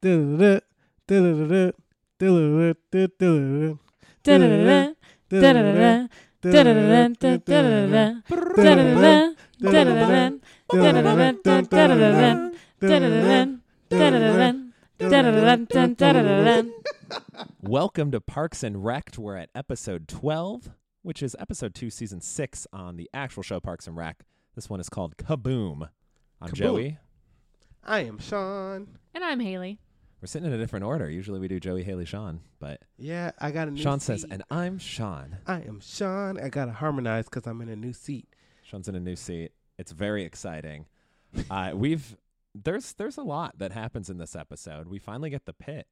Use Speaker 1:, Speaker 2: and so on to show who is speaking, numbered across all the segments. Speaker 1: Du-du-du, du-du-du-du, du-du-du-du, du-du-du-du,
Speaker 2: Da-da-da-da,
Speaker 1: du-du-du-du,
Speaker 2: da-da-da-da, da-da-da-da,
Speaker 1: du-da-da-da, du-du-du-du,
Speaker 2: da-da-da-da, da-da-da-da, da-da-da-da,
Speaker 1: du-du-du-du,
Speaker 2: da-da-da-da,
Speaker 1: du-du-du-du,
Speaker 2: da-da-da-da, da-da-da-da, da-da-da-da, da-da-da-da.
Speaker 3: Welcome to Parks and Rec. We're at episode 12, which is episode 2, season 6 on the actual show Parks and Rec. This one is called Kaboom. I'm
Speaker 1: Kaboom.
Speaker 3: Joey.
Speaker 1: I am Sean.
Speaker 2: And I'm Haley.
Speaker 3: We're sitting in a different order. Usually we do Joey, Haley, Sean, but
Speaker 1: Yeah, I got a new
Speaker 3: Sean says,
Speaker 1: seat.
Speaker 3: and I'm Sean.
Speaker 1: I am Sean. I gotta harmonize because I'm in a new seat.
Speaker 3: Sean's in a new seat. It's very exciting. Uh, we've there's there's a lot that happens in this episode. We finally get the pit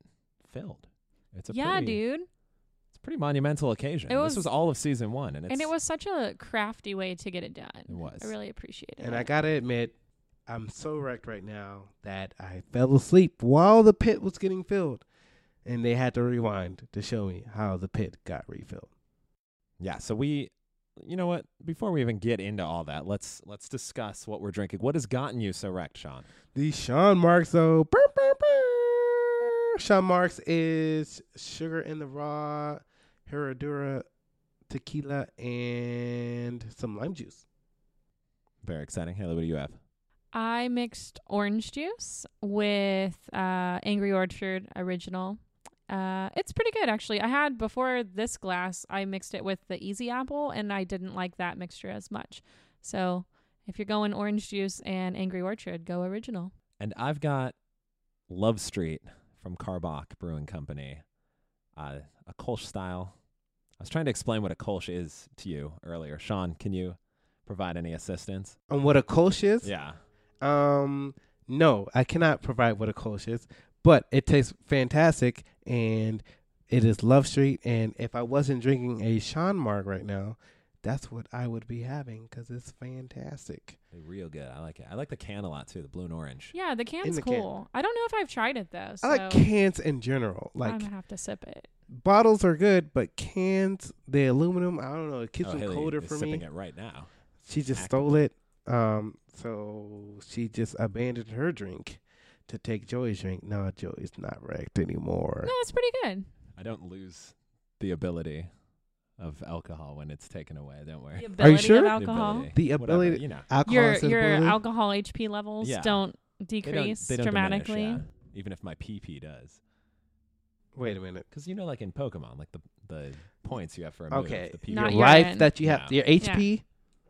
Speaker 3: filled. It's a
Speaker 2: Yeah,
Speaker 3: pretty,
Speaker 2: dude.
Speaker 3: It's a pretty monumental occasion.
Speaker 2: It
Speaker 3: this
Speaker 2: was-
Speaker 3: was all of season one, and, it's,
Speaker 2: And it was such a crafty way to get it done.
Speaker 3: It was.
Speaker 2: I really appreciate it.
Speaker 1: And I gotta admit, I'm so wrecked right now that I fell asleep while the pit was getting filled. And they had to rewind to show me how the pit got refilled.
Speaker 3: Yeah, so we you know what, before we even get into all that, let's let's discuss what we're drinking. What has gotten you so wrecked, Sean?
Speaker 1: The Sean Marks, though. brr, brr, brr. Sean Marks is sugar in the raw, Herradura tequila, and some lime juice.
Speaker 3: Very exciting. Haley, what do you have?
Speaker 2: I mixed orange juice with uh, Angry Orchard original. Uh, it's pretty good actually. I had before this glass, I mixed it with the Easy Apple, and I didn't like that mixture as much. So if you're going orange juice and Angry Orchard, go original.
Speaker 3: And I've got Love Street from Carbach Brewing Company. Uh, a Kolsch style. I was trying to explain what a Kolsch is to you earlier. Sean, can you provide any assistance?
Speaker 1: And Um, what a Kolsch is?
Speaker 3: Yeah.
Speaker 1: Um, no, I cannot provide what a Kolsch is, but it tastes fantastic and it is Love Street. And if I wasn't drinking a Sean Marg right now, that's what I would be having because it's fantastic.
Speaker 3: They're real good. I like it. I like the can a lot too, the blue and orange.
Speaker 2: Yeah, the can's
Speaker 1: the can.
Speaker 2: cool. I don't know if I've tried it though, so
Speaker 1: I like cans in general.
Speaker 2: I'm
Speaker 1: Like
Speaker 2: gonna have to sip it.
Speaker 1: bottles are good, but cans, the aluminum, I don't know, it keeps
Speaker 3: Oh,
Speaker 1: them
Speaker 3: Haley
Speaker 1: colder
Speaker 3: is
Speaker 1: for
Speaker 3: sipping
Speaker 1: me.
Speaker 3: it right now.
Speaker 1: She just
Speaker 3: actively.
Speaker 1: stole it. Um, so she just abandoned her drink to take Joey's drink. Now Joey's not wrecked anymore.
Speaker 2: No, it's pretty good.
Speaker 3: I don't lose the ability of alcohol when it's taken away. Don't worry.
Speaker 2: The ability
Speaker 1: sure?
Speaker 2: of
Speaker 1: The
Speaker 2: alcohol.
Speaker 1: The
Speaker 3: Whatever,
Speaker 1: ability-
Speaker 3: you know,
Speaker 1: Alcohol
Speaker 2: Your
Speaker 1: is his
Speaker 2: your
Speaker 1: bully.
Speaker 2: alcohol HP levels
Speaker 3: Yeah.
Speaker 2: don't
Speaker 3: They don't-
Speaker 2: decrease
Speaker 3: they don't diminish,
Speaker 2: dramatically.
Speaker 3: yeah, even if my PP does,
Speaker 1: Wait a minute.
Speaker 3: because you know, like in Pokemon, like the the points you have for a
Speaker 1: Okay.
Speaker 3: move. the PP
Speaker 2: Not
Speaker 1: Your
Speaker 2: yet.
Speaker 3: yeah.
Speaker 1: life
Speaker 2: urine.
Speaker 1: that you have,
Speaker 3: Yeah.
Speaker 1: your HP,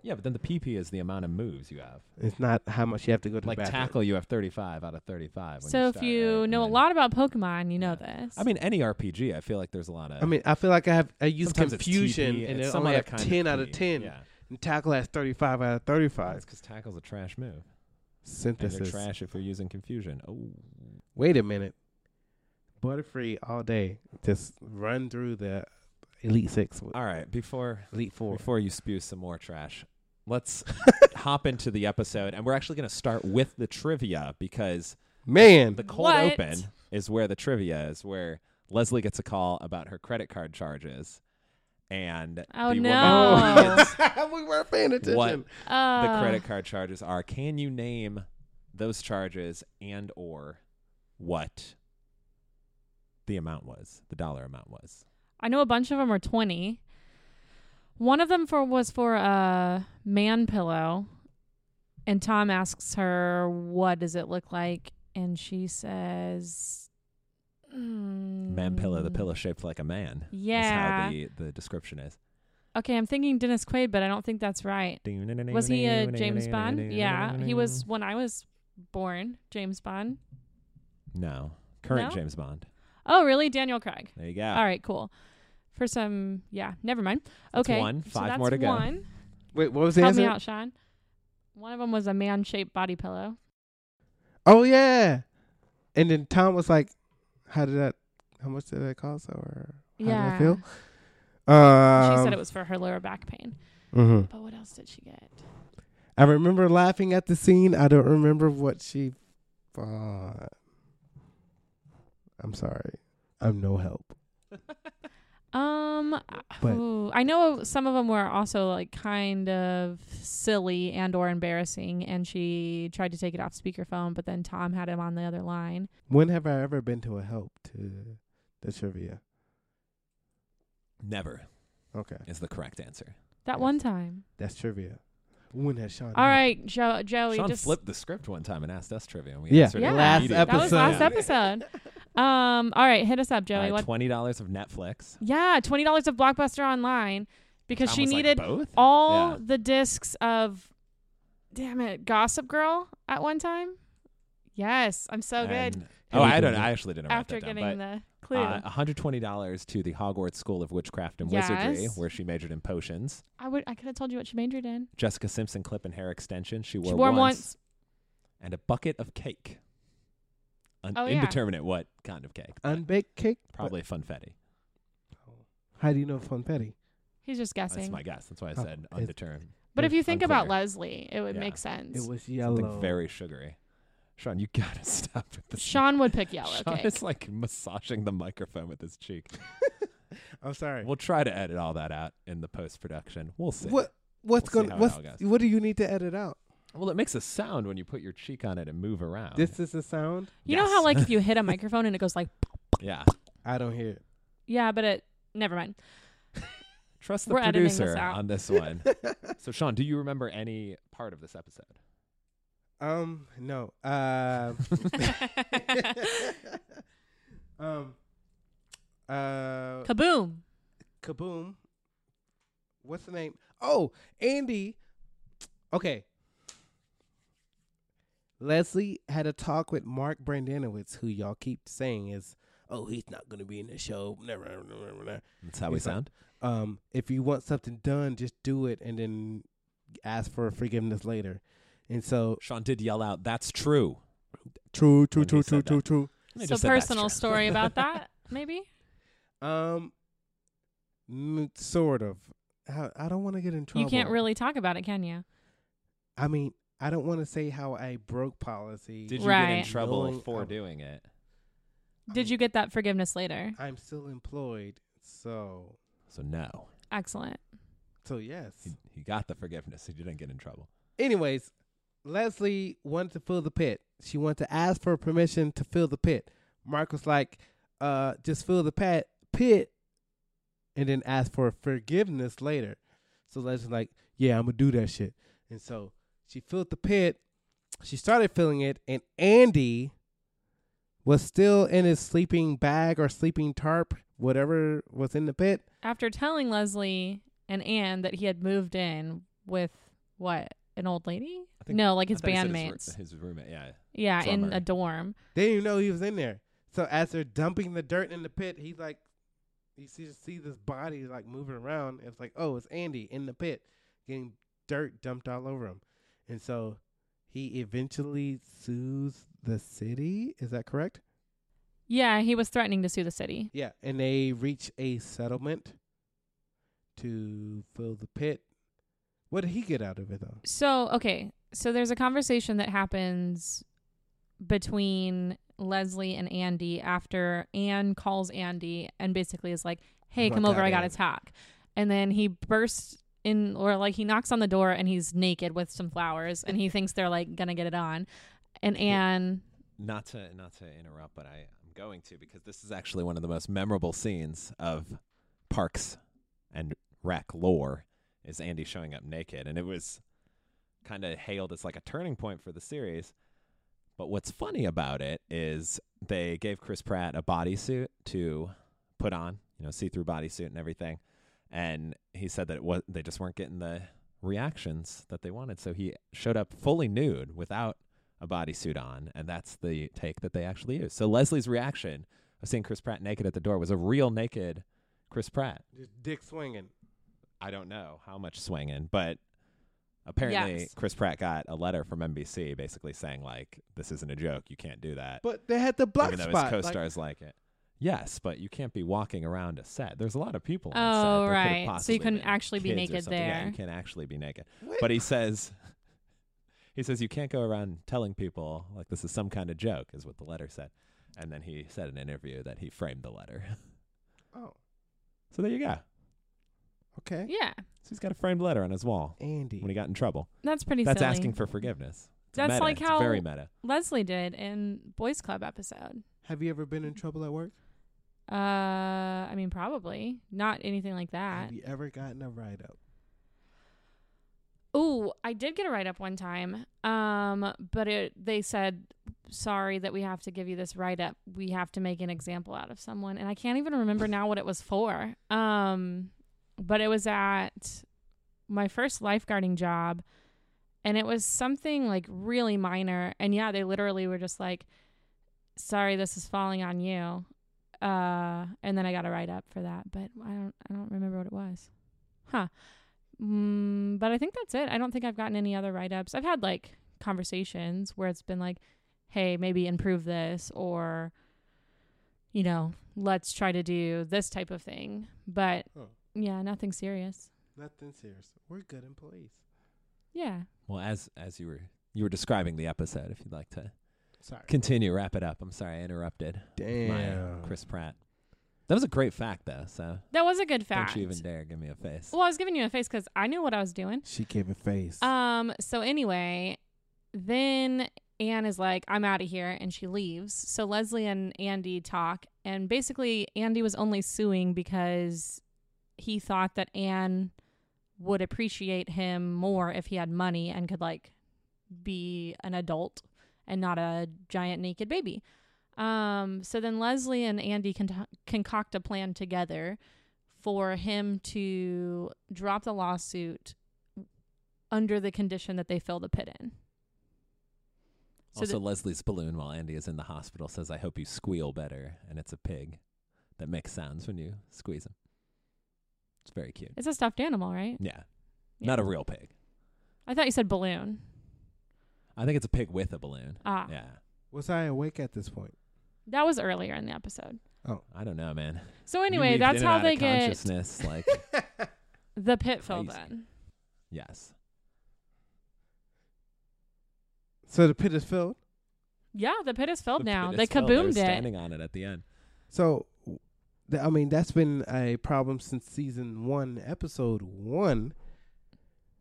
Speaker 3: but then the PP is the amount of moves you have.
Speaker 1: it's not how much you have to go to
Speaker 3: Like
Speaker 1: the bathroom.
Speaker 3: tackle, you have thirty five out of thirty five.
Speaker 2: So if you know a lot about Pokemon, you know this.
Speaker 3: I mean, any RPG, I feel like there's a lot of.
Speaker 1: I mean, I feel like I have I use
Speaker 3: sometimes it's
Speaker 1: confusion
Speaker 3: TP,
Speaker 1: and
Speaker 3: it's
Speaker 1: it
Speaker 3: some
Speaker 1: only
Speaker 3: other
Speaker 1: have
Speaker 3: kind
Speaker 1: ten out of
Speaker 3: PP,
Speaker 1: ten.
Speaker 3: Yeah,
Speaker 1: And tackle has thirty five out of thirty five.
Speaker 3: that's because tackle's a trash move. And they're
Speaker 1: Synthesis.
Speaker 3: trash if you're using confusion. Oh,
Speaker 1: Wait a minute. Butterfree all day. Just run through the Elite Six, with
Speaker 3: all right. Before
Speaker 1: Elite Four.
Speaker 3: Before you spew some more trash, let's hop into the episode. And we're actually going to start with the trivia because
Speaker 1: Man,
Speaker 3: the cold
Speaker 2: What?
Speaker 3: open is where the trivia is, where Leslie gets a call about her credit card charges. And
Speaker 2: Oh,
Speaker 3: the
Speaker 2: no.
Speaker 3: woman who
Speaker 1: we weren't paying attention.
Speaker 3: What? gets the
Speaker 2: Uh,
Speaker 3: credit card charges are. Can you name those charges and or what the amount was, the dollar amount was?
Speaker 2: I know a bunch of them are 20. One of them for was for a man pillow. And Tom asks her, "What does it look like?" And she says, mm,
Speaker 3: Man pillow, the pillow shaped like a man.
Speaker 2: Yeah.
Speaker 3: Is how the, the description is.
Speaker 2: Okay, I'm thinking Dennis Quaid, but I don't think that's right. Was he a James Bond? Yeah, he was when I was born, James Bond.
Speaker 3: No. Current
Speaker 2: No?
Speaker 3: James Bond.
Speaker 2: Oh, really? Daniel Craig.
Speaker 3: There you go.
Speaker 2: All right, cool. For some, yeah, never mind.
Speaker 3: That's
Speaker 2: Okay,
Speaker 3: one.
Speaker 2: so
Speaker 3: Five more
Speaker 2: that's
Speaker 3: to go.
Speaker 2: One.
Speaker 1: Wait, what was the
Speaker 2: Help
Speaker 1: answer?
Speaker 2: me out, Sean. One of them was a man-shaped body pillow.
Speaker 1: Oh yeah. And then Tom was like, How did that how much did that cost or how did
Speaker 2: yeah.
Speaker 1: I feel? Um,
Speaker 2: she said it was for her lower back pain.
Speaker 1: mhm.
Speaker 2: But what else did she get?
Speaker 1: I remember laughing at the scene. I don't remember what she bought. I'm sorry. I'm no help.
Speaker 2: Um, Um,
Speaker 1: But-
Speaker 2: ooh, I know some of them were also like kind of silly and or embarrassing, and she tried to take it off speakerphone, but then Tom had him on the other line.
Speaker 1: When have I ever been to a help to the trivia?
Speaker 3: Never
Speaker 1: Okay,
Speaker 3: is the correct answer.
Speaker 2: That one time.
Speaker 1: that's trivia. When has Sean?
Speaker 2: All right, jo- Joey.
Speaker 3: Sean
Speaker 2: Oh, just
Speaker 3: flipped the script one time and asked us trivia, and we
Speaker 1: Yeah.
Speaker 3: answered it
Speaker 2: Yeah.
Speaker 1: Last
Speaker 3: immediately.
Speaker 2: that was last episode. Um, all right, hit us up, Joey.
Speaker 3: Uh,
Speaker 2: what?
Speaker 3: Twenty dollars of Netflix
Speaker 2: yeah, twenty dollars of Blockbuster online because
Speaker 3: Tom
Speaker 2: she
Speaker 3: was like,
Speaker 2: needed
Speaker 3: both.
Speaker 2: all
Speaker 3: Yeah.
Speaker 2: the discs of, damn it, Gossip Girl at one time. Yes, I'm so good.
Speaker 3: And- Oh, I don't. I actually didn't.
Speaker 2: after
Speaker 3: write that
Speaker 2: getting
Speaker 3: down, but
Speaker 2: the clue.
Speaker 3: Uh, $120 to the Hogwarts School of Witchcraft and Wizardry,
Speaker 2: Yes.
Speaker 3: where she majored in potions.
Speaker 2: I would I could have told you what she majored in.
Speaker 3: Jessica Simpson clip and hair extension she wore,
Speaker 2: she wore 'em
Speaker 3: once,
Speaker 2: once.
Speaker 3: And a bucket of cake. An
Speaker 2: Oh, yeah.
Speaker 3: indeterminate what kind of cake. but
Speaker 1: unbaked cake. but-
Speaker 3: probably funfetti.
Speaker 1: How do you know funfetti?
Speaker 2: He's just
Speaker 3: That's
Speaker 2: guessing.
Speaker 3: my guess. That's why I
Speaker 1: Oh,
Speaker 3: said
Speaker 1: it's-
Speaker 3: undetermined.
Speaker 2: but if you think about
Speaker 3: unclear.
Speaker 2: Leslie, it would
Speaker 3: Yeah.
Speaker 2: make sense.
Speaker 1: It was
Speaker 3: Something
Speaker 1: yellow.
Speaker 3: very sugary. Sean, you gotta stop with this.
Speaker 2: Sean would pick yellow
Speaker 3: Sean
Speaker 2: cake.
Speaker 3: is like massaging the microphone with his cheek.
Speaker 1: I'm sorry.
Speaker 3: We'll try to edit all that out in the post production. We'll see.
Speaker 1: What? What's
Speaker 3: We'll see
Speaker 1: going?
Speaker 3: how it
Speaker 1: What's,
Speaker 3: all goes.
Speaker 1: what do you need to edit out?
Speaker 3: Well, it makes a sound when you put your cheek on it and move around.
Speaker 1: This is a sound.
Speaker 2: You know
Speaker 3: Yes.
Speaker 2: how like if you hit a microphone and it goes like
Speaker 3: yeah.
Speaker 1: I don't hear. It.
Speaker 2: yeah, but it never mind.
Speaker 3: Trust the
Speaker 2: We're editing this
Speaker 3: producer
Speaker 2: out.
Speaker 3: on this one. so, Sean, do you remember any part of this episode?
Speaker 1: Um. No. Um. um. Uh.
Speaker 2: Kaboom.
Speaker 1: Kaboom. What's the name? Oh, Andy. Okay. Leslie had a talk with Mark Brandanowitz, who y'all keep saying is, oh, he's not going to be in the show. Blah, blah, blah, blah, blah.
Speaker 3: That's how
Speaker 1: we sound? Um, if you want something done, just do it and then ask for forgiveness later. And so,
Speaker 3: Sean did yell out, "That's true."
Speaker 1: true,
Speaker 3: When
Speaker 1: true, true,
Speaker 3: he
Speaker 1: true,
Speaker 3: said
Speaker 1: true,
Speaker 3: that.
Speaker 1: true.
Speaker 3: And they
Speaker 2: So
Speaker 3: just said, "That's
Speaker 2: personal
Speaker 3: true."
Speaker 2: story about that, maybe?
Speaker 1: Um, mm, sort of. I, I don't want to get in trouble.
Speaker 2: You can't really talk about it, can you?
Speaker 1: I mean, I don't want to say how I broke policy.
Speaker 3: Did you get in
Speaker 2: Right.
Speaker 3: trouble
Speaker 1: Knowing
Speaker 3: for
Speaker 1: I'm-
Speaker 3: doing it?
Speaker 2: Did
Speaker 1: I'm-
Speaker 2: you get that forgiveness later?
Speaker 1: I'm still employed, so
Speaker 3: So no,
Speaker 2: Excellent.
Speaker 1: so yes.
Speaker 3: he, he got the forgiveness. He didn't get in trouble.
Speaker 1: Anyways, Leslie wanted to fill the pit. She wanted to ask for permission to fill the pit. Mark was like, "Uh, just fill the pit, pit, and then ask for forgiveness later." So Leslie's like, "Yeah, I'm gonna do that shit." And so she filled the pit. She started filling it, and Andy was still in his sleeping bag or sleeping tarp, whatever was in the pit.
Speaker 2: After telling Leslie and Anne that he had moved in with what? An old lady?
Speaker 3: I think-
Speaker 2: No, like his
Speaker 3: I thought he said
Speaker 2: bandmates.
Speaker 3: his, ro- his roommate. Yeah,
Speaker 2: Yeah, in
Speaker 3: drummer.
Speaker 2: a dorm.
Speaker 1: They didn't even know he was in there. So as they're dumping the dirt in the pit, he like you see just see this body like moving around. It's like, oh, it's Andy in the pit getting dirt dumped all over him. And so he eventually sues the city. Is that correct?
Speaker 2: Yeah, he was threatening to sue the city.
Speaker 1: Yeah. And they reach a settlement to fill the pit. What did he get out of it though?
Speaker 2: So, okay. So there's a conversation that happens between Leslie and Andy after Anne calls Andy and basically is like, "Hey,
Speaker 1: What
Speaker 2: come over.
Speaker 1: that
Speaker 2: I got to
Speaker 1: is.
Speaker 2: talk." And then he bursts in or like he knocks on the door and he's naked with some flowers and he thinks they're like going to get it on. And Anne
Speaker 3: not to not to interrupt, but I am going to because this is actually one of the most memorable scenes of Parks and Rec lore is Andy showing up naked, and it was kind of hailed as like a turning point for the series. But what's funny about it is they gave Chris Pratt a bodysuit to put on, you know, see-through bodysuit and everything, and he said that it was they just weren't getting the reactions that they wanted, so he showed up fully nude without a bodysuit on, and that's the take that they actually used. So Leslie's reaction of seeing Chris Pratt naked at the door was a real naked Chris Pratt.
Speaker 1: Just dick swinging.
Speaker 3: I don't know how much swinging, but apparently
Speaker 2: Yes.
Speaker 3: Chris Pratt got a letter from NBC basically saying like, "This isn't a joke. You can't do that."
Speaker 1: But they had the block
Speaker 3: even though
Speaker 1: spot.
Speaker 3: his
Speaker 1: like-
Speaker 3: co-stars like, it. Yes, but you can't be walking around a set. There's a lot of people. On set.
Speaker 2: Oh,
Speaker 3: There could've
Speaker 2: right. So you
Speaker 3: possibly
Speaker 2: couldn't
Speaker 3: been
Speaker 2: actually be
Speaker 3: kids or
Speaker 2: naked
Speaker 3: something. Yeah,
Speaker 2: there.
Speaker 3: you can't actually be naked
Speaker 1: What?
Speaker 3: but he says he says you can't go around telling people like this is some kind of joke is what the letter said and then he said in an interview that he framed the letter
Speaker 1: oh.
Speaker 3: so there you go
Speaker 1: Okay.
Speaker 2: Yeah,
Speaker 3: So he's got a framed letter on his wall
Speaker 1: Andy.
Speaker 3: when he got in trouble.
Speaker 2: that's pretty.
Speaker 3: That's
Speaker 2: silly.
Speaker 3: asking for forgiveness. It's
Speaker 2: That's
Speaker 3: meta.
Speaker 2: like
Speaker 3: It's
Speaker 2: how-
Speaker 3: very meta.
Speaker 2: Leslie did in Boys Club episode.
Speaker 1: Have you ever been in trouble at work?
Speaker 2: Uh, I mean, probably not anything like that.
Speaker 1: Have you ever gotten a write up?
Speaker 2: Ooh, I did get a write up one time. Um, but it they said sorry that we have to give you this write up. We have to make an example out of someone, and I can't even remember now what it was for. Um, but it was at my first lifeguarding job, and it was something like really minor. And yeah, they literally were just like, "Sorry, this is falling on you." Uh, and then I got a write up for that, but I don't I don't remember what it was. Huh. Mm, but I think that's it. I don't think I've gotten any other write ups. I've had like conversations where it's been like, hey, maybe improve this or, you know, let's try to do this type of thing. But
Speaker 1: Oh.
Speaker 2: yeah, nothing serious.
Speaker 1: Nothing serious. We're good employees.
Speaker 2: Yeah.
Speaker 3: Well, as as you were you were describing the episode, if you'd like to
Speaker 1: Sorry.
Speaker 3: continue, wrap it up. I'm sorry I interrupted.
Speaker 1: Damn.
Speaker 3: My uh, Chris Pratt. That was a great fact though, so
Speaker 2: That was a good fact.
Speaker 3: don't you even dare give me a face.
Speaker 2: well, I was giving you a face because I knew what I was doing.
Speaker 1: She gave a face.
Speaker 2: Um, so anyway, then Anne is like, I'm out of here, and she leaves. So Leslie and Andy talk, and basically, Andy was only suing because he thought that Anne would appreciate him more if he had money and could, like, be an adult and not a giant naked baby. Um, so then Leslie and Andy con- concoct a plan together for him to drop the lawsuit under the condition that they fill the pit in. So
Speaker 3: also
Speaker 2: that-
Speaker 3: Leslie's balloon while Andy is in the hospital says, I hope you squeal better and it's a pig that makes sounds when you squeeze him. It's very cute.
Speaker 2: It's a stuffed animal, right?
Speaker 3: Yeah.
Speaker 2: Yeah.
Speaker 3: Not a real pig.
Speaker 2: I thought you said balloon.
Speaker 3: I think it's a pig with a balloon.
Speaker 2: Ah,
Speaker 3: Yeah.
Speaker 1: Was I awake at this point? Oh.
Speaker 2: that was earlier in the episode.
Speaker 3: I don't know, man.
Speaker 2: So
Speaker 3: You
Speaker 2: anyway,
Speaker 3: weaved
Speaker 2: that's
Speaker 3: in and
Speaker 2: how
Speaker 3: out of
Speaker 2: they get
Speaker 3: consciousness, like
Speaker 2: the pit filled
Speaker 3: Crazy.
Speaker 2: in.
Speaker 3: yes.
Speaker 1: So the pit is filled.
Speaker 2: Yeah, the pit is filled
Speaker 3: The
Speaker 2: now.
Speaker 3: pit
Speaker 2: They
Speaker 3: is filled. They were
Speaker 2: kaboomed it.
Speaker 3: Standing on it at the end.
Speaker 1: So, w- th- I mean, that's been a problem since season one, episode one.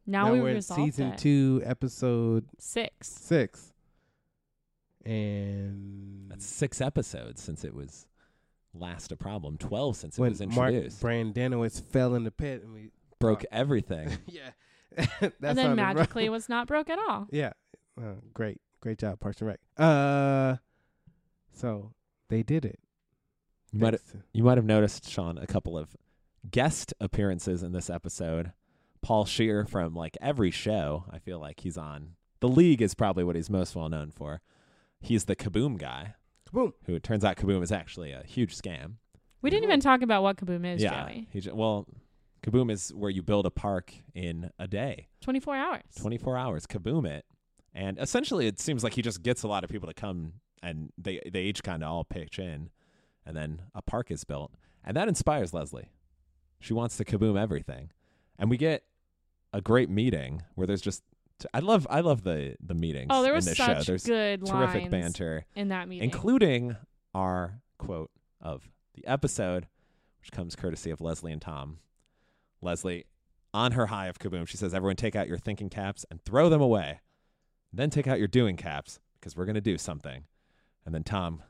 Speaker 2: Now, we
Speaker 1: we're in
Speaker 2: resolved
Speaker 1: season
Speaker 2: it.
Speaker 1: two, episode
Speaker 2: Six.
Speaker 1: six. And
Speaker 3: That's six episodes since it was last a problem. Twelve since it
Speaker 1: when
Speaker 3: was
Speaker 1: Mark
Speaker 3: introduced.
Speaker 1: Brandanowitz fell in the pit, and we
Speaker 3: Broke everything.
Speaker 1: yeah, that's
Speaker 2: and
Speaker 1: not
Speaker 2: then
Speaker 1: a ru-
Speaker 2: magically was not broke at all.
Speaker 1: yeah, uh, great, great job, Parks and Rec. Uh, so they did it.
Speaker 3: You might
Speaker 1: Thanks to-
Speaker 3: you might have noticed, Sean, a couple of guest appearances in this episode. Paul Shear from like every show. I feel like he's on. The League is probably what he's most well known for. He's the Kaboom guy,
Speaker 1: Kaboom.
Speaker 3: who it turns out Kaboom is actually a huge scam.
Speaker 2: We
Speaker 3: Mm-hmm.
Speaker 2: didn't even talk about what kaboom is, Joey.
Speaker 3: He ju- well, Kaboom is where you build a park in a day,
Speaker 2: 24 hours.
Speaker 3: 24 hours. Kaboom it. And essentially, it seems like he just gets a lot of people to come and they, they each kind of all pitch in. And then a park is built. And that inspires Leslie. She wants to kaboom everything. And we get a great meeting where there's just. t- I love I love the the meetings.
Speaker 2: Oh, there
Speaker 3: in
Speaker 2: was
Speaker 3: this
Speaker 2: such
Speaker 3: show. There's
Speaker 2: good
Speaker 3: terrific
Speaker 2: lines
Speaker 3: banter
Speaker 2: in that meeting.
Speaker 3: including our quote of the episode, which comes courtesy of Leslie and Tom. Leslie, on her high of kaboom, she says, Everyone take out your thinking caps and throw them away. Then take out your doing caps because we're going to do something. And then Tom,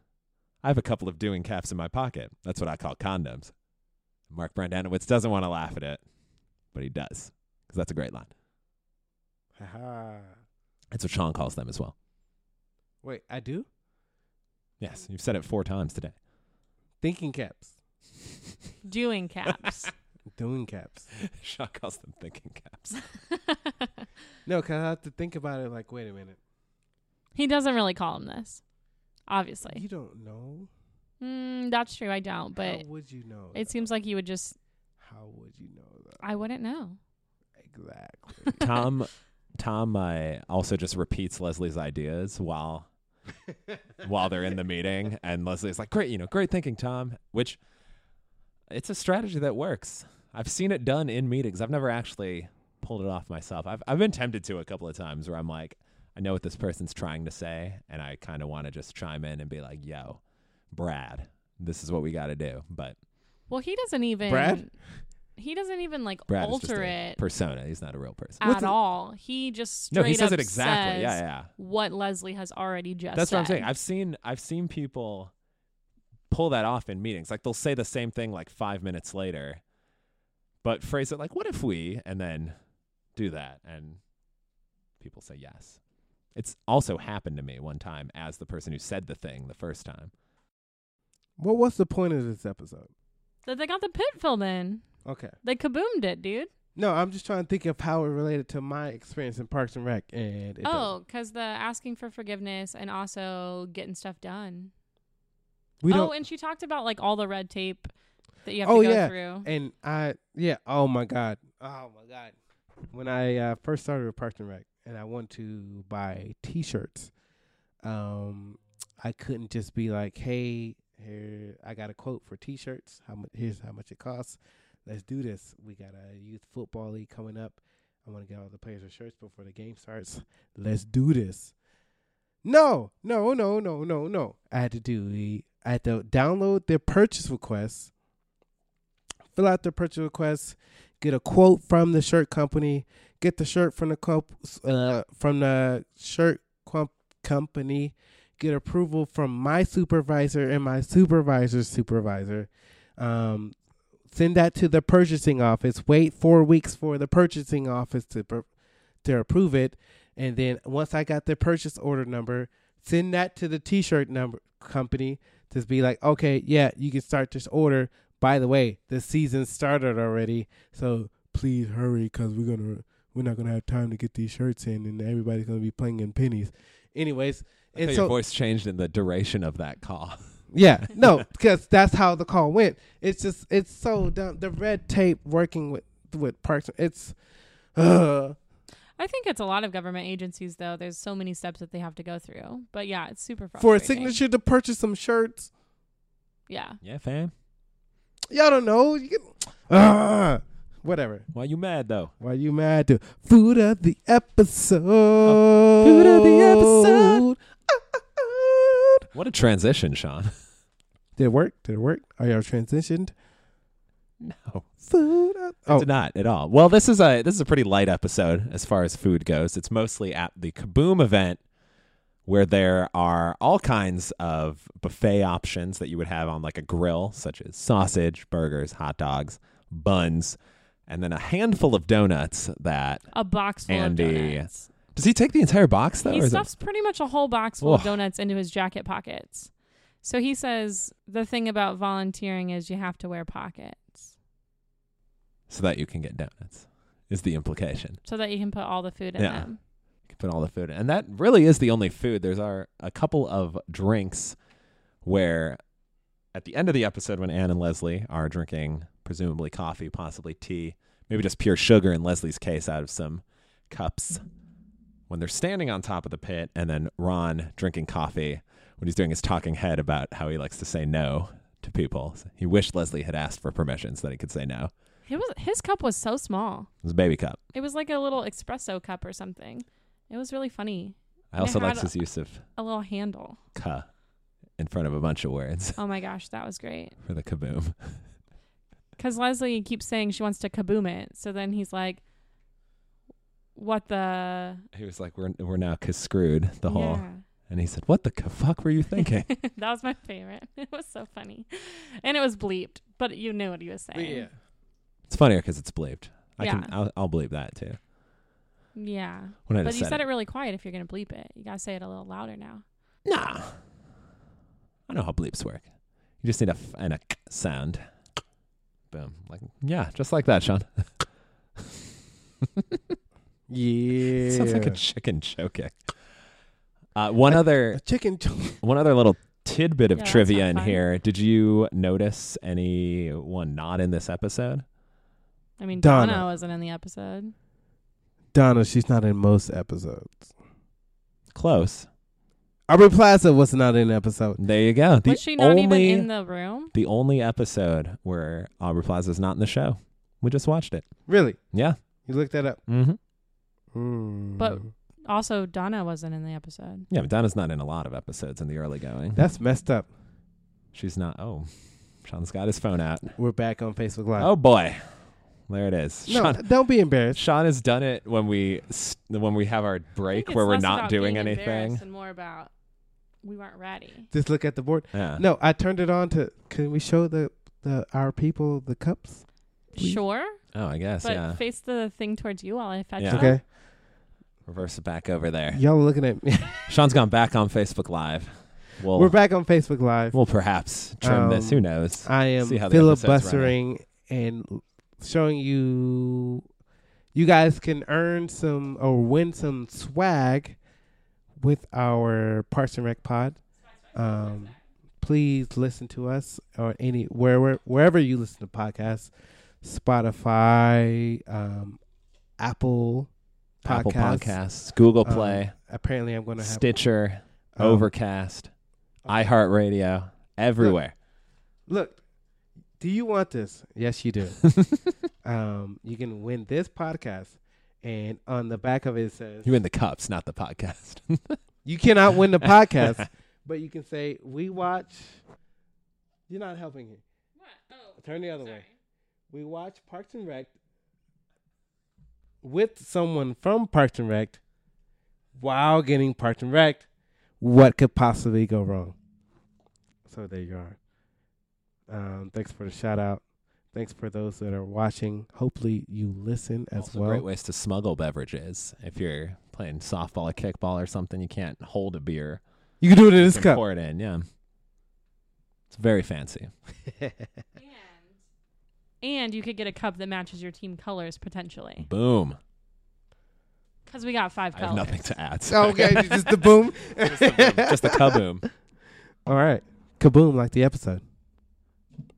Speaker 3: I have a couple of doing caps in my pocket. That's what I call condoms. Mark Brandanowitz doesn't want to laugh at it, but he does because that's a great line.
Speaker 1: Haha.
Speaker 3: That's what Sean calls them as well.
Speaker 1: Wait, I do
Speaker 3: Yes, you've said it four times today.
Speaker 1: thinking caps,
Speaker 2: doing caps.
Speaker 1: doing caps.
Speaker 3: Sean calls them thinking caps.
Speaker 1: No, cause I have to think about it. Like, wait a minute,
Speaker 2: he doesn't really call him this, obviously.
Speaker 1: you don't know.
Speaker 2: Mm, that's true. I don't,
Speaker 1: how
Speaker 2: but
Speaker 1: would you know?
Speaker 2: it seems like you would just.
Speaker 1: How would you know though?
Speaker 2: I wouldn't know.
Speaker 1: Exactly.
Speaker 3: Tom Tom uh, also just repeats Leslie's ideas while while they're in the meeting and Leslie's like, "Great, you know, great thinking, Tom," which it's a strategy that works. I've seen it done in meetings. I've never actually pulled it off myself. I've I've been tempted to a couple of times where I'm like, I know what this person's trying to say and I kind of want to just chime in and be like, "Yo, Brad, this is what we got to do." But
Speaker 2: Well, he doesn't even.
Speaker 1: Brad?
Speaker 2: He doesn't even like
Speaker 3: Brad is just
Speaker 2: alter
Speaker 3: a
Speaker 2: it
Speaker 3: persona. He's not a real person.
Speaker 2: at
Speaker 1: What's the-
Speaker 2: all. He just Uh, straight
Speaker 3: no, he says
Speaker 2: up
Speaker 3: it
Speaker 2: says
Speaker 3: exactly. yeah, yeah.
Speaker 2: What Leslie has already just.
Speaker 3: That's what I'm saying.
Speaker 2: said.
Speaker 3: I've seen I've seen people pull that off in meetings. Like they'll say the same thing like five minutes later, but phrase it like, "What if we?" and then do that, and people say yes. It's also happened to me one time as the person who said the thing the first time.
Speaker 1: What was the point of this episode?
Speaker 2: That they got the pit filled in.
Speaker 1: Okay.
Speaker 2: They kaboomed it, dude.
Speaker 1: No, I'm just trying to think of how it related to my experience in Parks and Rec, and it doesn't.
Speaker 2: Oh, because the asking for forgiveness and also getting stuff done.
Speaker 1: we
Speaker 2: oh,
Speaker 1: don't.
Speaker 2: and she talked about like all the red tape that you have
Speaker 1: Oh,
Speaker 2: to go
Speaker 1: yeah.
Speaker 2: through.
Speaker 1: And I, yeah. Oh my god. Oh my god. When I uh, first started with Parks and Rec, and I wanted to buy T-shirts, um, I couldn't just be like, "Hey, here I got a quote for T-shirts. How much? Here's how much it costs. Let's do this. We got a youth football league coming up. I want to get all the players their shirts before the game starts. Let's do this." No, no, no, no, no, no. I had to do. I had to download their purchase requests fill out the purchase request, get a quote from the shirt company, get the shirt from the comp- uh, from the shirt comp- company, get approval from my supervisor and my supervisor's supervisor. Um, send that to the purchasing office. Wait four weeks for the purchasing office to pr- to approve it, and then once I got the purchase order number, send that to the T-shirt number company to be like, okay, yeah, you can start this order. By the way, the season started already, so please hurry because we're gonna we're not gonna have time to get these shirts in, and everybody's gonna be playing in pennies. Anyways,
Speaker 3: I feel
Speaker 1: and
Speaker 3: your
Speaker 1: so
Speaker 3: voice changed in the duration of that call.
Speaker 1: yeah, no, because that's how the call went. It's just it's so dumb. The red tape working with with Parks, it's uh,
Speaker 2: I think it's a lot of government agencies though. There's so many steps that they have to go through. But yeah, it's super
Speaker 1: for a
Speaker 2: frustrating.
Speaker 1: signature to purchase some shirts.
Speaker 2: Yeah.
Speaker 3: yeah, fam.
Speaker 1: Y'all don't know. You can, uh, whatever.
Speaker 3: Why you mad though?
Speaker 1: Why you mad? To food of the episode.
Speaker 3: food of the episode. What a transition, Sean.
Speaker 1: Did it work? Did it work? Are y'all transitioned?
Speaker 3: No.
Speaker 1: Food. Of, oh,
Speaker 3: Did not at all. Well, this is a this is a pretty light episode as far as food goes. It's mostly at the Kaboom event where there are all kinds of buffet options that you would have on like a grill, such as sausage, burgers, hot dogs, buns, and then a handful of donuts. That
Speaker 2: A box full
Speaker 3: Andy,
Speaker 2: of donuts.
Speaker 3: does he take the entire box though?
Speaker 2: He
Speaker 3: or is it-
Speaker 2: stuffs pretty much a whole box full
Speaker 3: Ugh.
Speaker 2: of donuts into his jacket pockets. So he says the thing about volunteering is you have to wear pockets
Speaker 3: so that you can get donuts is the implication.
Speaker 2: so that you can put all the food in
Speaker 3: Yeah.
Speaker 2: them.
Speaker 3: could put all the food in. And that really is the only food. There's are a couple of drinks where at the end of the episode when Anne and Leslie are drinking presumably coffee, possibly tea, maybe just pure sugar in Leslie's case out of some cups. When they're standing on top of the pit and then Ron drinking coffee when he's doing his talking head about how he likes to say no to people. He wished Leslie had asked for permission so that he could say no.
Speaker 2: It was his cup was so small.
Speaker 3: It was a baby cup.
Speaker 2: It was like a little espresso cup or something. It was really funny.
Speaker 3: I
Speaker 2: And it
Speaker 3: also
Speaker 2: had
Speaker 3: liked
Speaker 2: a-
Speaker 3: his use of
Speaker 2: A little handle.
Speaker 3: "ka" in front of a bunch of words.
Speaker 2: Oh my gosh, that was great.
Speaker 3: for the kaboom.
Speaker 2: Because Leslie keeps saying she wants to kaboom it. So then he's like, what the?
Speaker 3: He was like, "We're we're now ca- screwed the whole."
Speaker 2: Yeah.
Speaker 3: And he said, "What the ca- fuck were you thinking?"
Speaker 2: that was my favorite. It was so funny. And it was bleeped, but you knew what he was saying.
Speaker 1: yeah.
Speaker 3: it's funnier because it's bleeped. I can
Speaker 2: Yeah.
Speaker 3: I'll, I'll bleep that too.
Speaker 2: Yeah.
Speaker 3: When I
Speaker 2: But
Speaker 3: just
Speaker 2: you said it.
Speaker 3: it.
Speaker 2: really quiet if you're going to bleep it. You got to say it a little louder now.
Speaker 3: nah, I know how bleeps work. You just need a f- and a k sound. Boom! Like yeah, just like that, Sean.
Speaker 1: Yeah.
Speaker 3: Sounds like a chicken choking. Uh, one other
Speaker 1: A chicken. jo-
Speaker 3: one other little tidbit of
Speaker 2: Yeah, that's
Speaker 3: trivia
Speaker 2: not
Speaker 3: in
Speaker 2: fun.
Speaker 3: here. Did you notice any one not in this episode?
Speaker 2: I mean,
Speaker 1: Donna.
Speaker 2: Donna, wasn't in the episode.
Speaker 1: Donna, she's not in most episodes.
Speaker 3: Close.
Speaker 1: Aubrey Plaza was not in episode.
Speaker 3: There you go. The
Speaker 2: was she not
Speaker 3: only
Speaker 2: even in the room?
Speaker 3: the only episode where Aubrey Plaza's not in the show. We just watched it.
Speaker 1: Really?
Speaker 3: Yeah.
Speaker 1: You looked that up?
Speaker 3: Mm-hmm.
Speaker 1: Hmm.
Speaker 2: But- Also, Donna wasn't in the episode.
Speaker 3: Yeah, but Donna's not in a lot of episodes in the early going.
Speaker 1: that's messed up.
Speaker 3: She's not. Oh, Sean's got his phone out.
Speaker 1: We're back on Facebook Live.
Speaker 3: Oh boy, There it is.
Speaker 1: No,
Speaker 3: Sean,
Speaker 1: don't be embarrassed.
Speaker 3: Sean has done it when we s- when we have our break where we're not doing anything.
Speaker 2: and more about we weren't ready.
Speaker 1: Just look at the board.
Speaker 3: Yeah.
Speaker 1: No, I turned it on to. Can we show the the our people the cups? Please.
Speaker 2: Sure,
Speaker 3: Oh, I guess
Speaker 2: but
Speaker 3: yeah.
Speaker 2: face the thing towards you while I fetch
Speaker 3: Yeah.
Speaker 2: them.
Speaker 1: Okay,
Speaker 3: Reverse it back over there.
Speaker 1: y'all are looking at me.
Speaker 3: Sean's gone back on Facebook Live. We'll
Speaker 1: We're back on Facebook Live.
Speaker 3: we'll perhaps trim
Speaker 1: Um,
Speaker 3: this. Who knows?
Speaker 1: I am
Speaker 3: see how the episode's
Speaker 1: filibustering and showing you. You guys can earn some or win some swag with our Parks and Rec pod. Um, please listen to us or any wherever wherever you listen to podcasts, Spotify, um, Apple,
Speaker 3: Apple
Speaker 1: Podcasts,
Speaker 3: Podcasts, Google
Speaker 1: um,
Speaker 3: Play,
Speaker 1: Apparently, I'm going to have
Speaker 3: Stitcher,
Speaker 1: um,
Speaker 3: Overcast, iHeartRadio, everywhere.
Speaker 1: Look, do you want this? Yes, you do. um, you can win this podcast, and on the back of it says
Speaker 3: You win the cups, not the podcast.
Speaker 1: you cannot win the podcast, but you can say we watch. You're not helping here. Turn the other way. We watch Parks and Rec with someone from Parks and Rec while getting Parks and Rec. What could possibly go wrong? So there you are. Um, thanks for the shout out. Thanks for those that are watching. Hopefully you listen as
Speaker 3: also
Speaker 1: well.
Speaker 3: great ways to smuggle beverages. If you're playing softball or kickball or something, you can't hold a beer.
Speaker 1: You can do it in this
Speaker 3: You can
Speaker 1: cup.
Speaker 3: Pour it in, yeah. It's very fancy.
Speaker 2: And and you could get a cup that matches your team colors potentially
Speaker 3: Boom.
Speaker 2: because we got five
Speaker 3: I have
Speaker 2: colors.
Speaker 3: nothing to add. sorry.
Speaker 1: Oh, okay, just the boom.
Speaker 3: just the boom. Just the kaboom.
Speaker 1: All right. Kaboom, like the episode.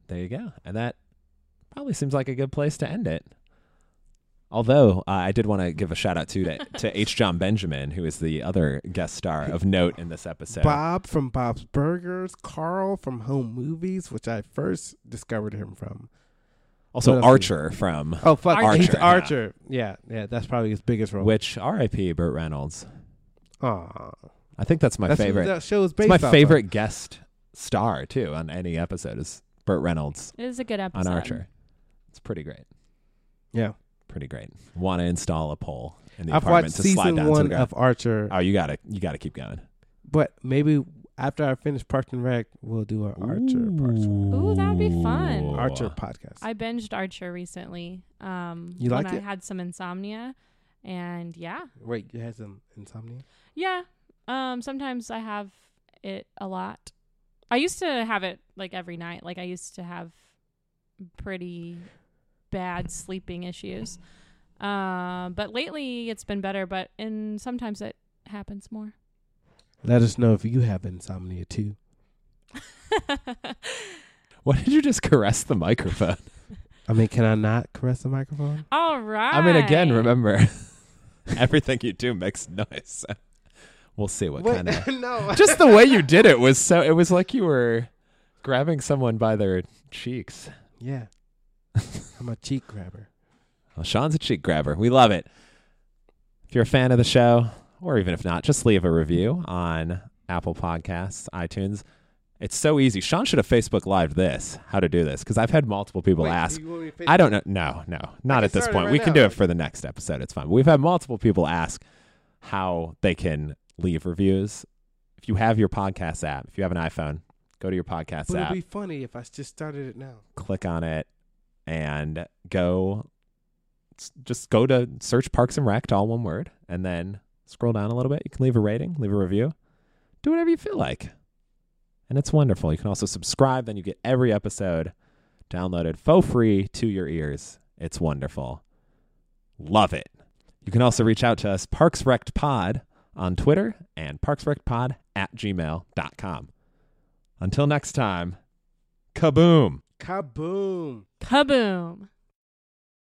Speaker 3: There you go. And that probably seems like a good place to end it. Although uh, I did want to give a shout out too to to H. John Benjamin, who is the other guest star of note in this episode.
Speaker 1: Bob from Bob's Burgers, Carl from Home Movies, which I first discovered him from.
Speaker 3: also
Speaker 1: What else
Speaker 3: Archer from
Speaker 1: Oh fuck,
Speaker 2: Archer.
Speaker 1: he's
Speaker 3: Archer,
Speaker 1: Archer. Yeah. yeah, that's probably his biggest role.
Speaker 3: which R.I.P. Burt Reynolds.
Speaker 1: Aw.
Speaker 3: I think that's my
Speaker 1: that's
Speaker 3: favorite.
Speaker 1: What that show is
Speaker 3: It's
Speaker 1: based
Speaker 3: my
Speaker 1: off
Speaker 3: favorite guest star too on any episode is Burt Reynolds
Speaker 2: It is a good
Speaker 3: on
Speaker 2: episode.
Speaker 3: Archer. It's pretty great.
Speaker 1: Of. Yeah,
Speaker 3: Pretty great. Want to install a pole in the
Speaker 1: I've
Speaker 3: apartment
Speaker 1: watched
Speaker 3: to slide
Speaker 1: season
Speaker 3: down to the
Speaker 1: one
Speaker 3: ground.
Speaker 1: of Archer,
Speaker 3: oh, you gotta you gotta keep going.
Speaker 1: but maybe after I finish Parks and Rec, we'll do an Archer Parks and
Speaker 2: Ooh, that'd be fun.
Speaker 3: Ooh.
Speaker 1: Rec- Archer podcast.
Speaker 2: I binged Archer recently. Um,
Speaker 1: You
Speaker 2: when
Speaker 1: liked
Speaker 2: I
Speaker 1: it?
Speaker 2: had some insomnia, and yeah,
Speaker 1: Wait, you had some insomnia?
Speaker 2: yeah. Um, sometimes I have it a lot. I used to have it like every night. Like I used to have pretty bad sleeping issues. Um, but lately it's been better. But and sometimes it happens more.
Speaker 1: Let us know if you have insomnia too.
Speaker 3: Why did you just caress the microphone?
Speaker 1: I mean, can I not caress the microphone?
Speaker 2: All right.
Speaker 3: I mean, again, remember, everything you do makes noise. We'll see what kind of.
Speaker 1: no.
Speaker 3: Just the way you did it was so. It was like you were grabbing someone by their cheeks.
Speaker 1: yeah, I'm a cheek grabber.
Speaker 3: Well, Sean's a cheek grabber. We love it. If you're a fan of the show, or even if not, just leave a review on Apple Podcasts, iTunes. It's so easy. Sean should have Facebook Live this, how to do this, because I've had multiple people ask. I don't know. No, no, not
Speaker 1: can
Speaker 3: at this
Speaker 1: start it
Speaker 3: point.
Speaker 1: right
Speaker 3: we can
Speaker 1: now.
Speaker 3: do it for the next episode. It's fine. We've had multiple people ask how they can leave reviews. If you have your podcast app, if you have an iPhone, go to your podcast
Speaker 1: But
Speaker 3: app,
Speaker 1: it'd be funny if I just started it now.
Speaker 3: click on it, and go. s- Just go to search Parks and Rec, all one word, and then scroll down a little bit. You can leave a rating, leave a review, do whatever you feel like. And it's wonderful. You can also subscribe, then you get every episode downloaded for free to your ears. It's wonderful. Love it. You can also reach out to us, ParksRectPod, on Twitter and ParksRectPod at gmail.com. Until next time, kaboom.
Speaker 1: Kaboom.
Speaker 2: Kaboom.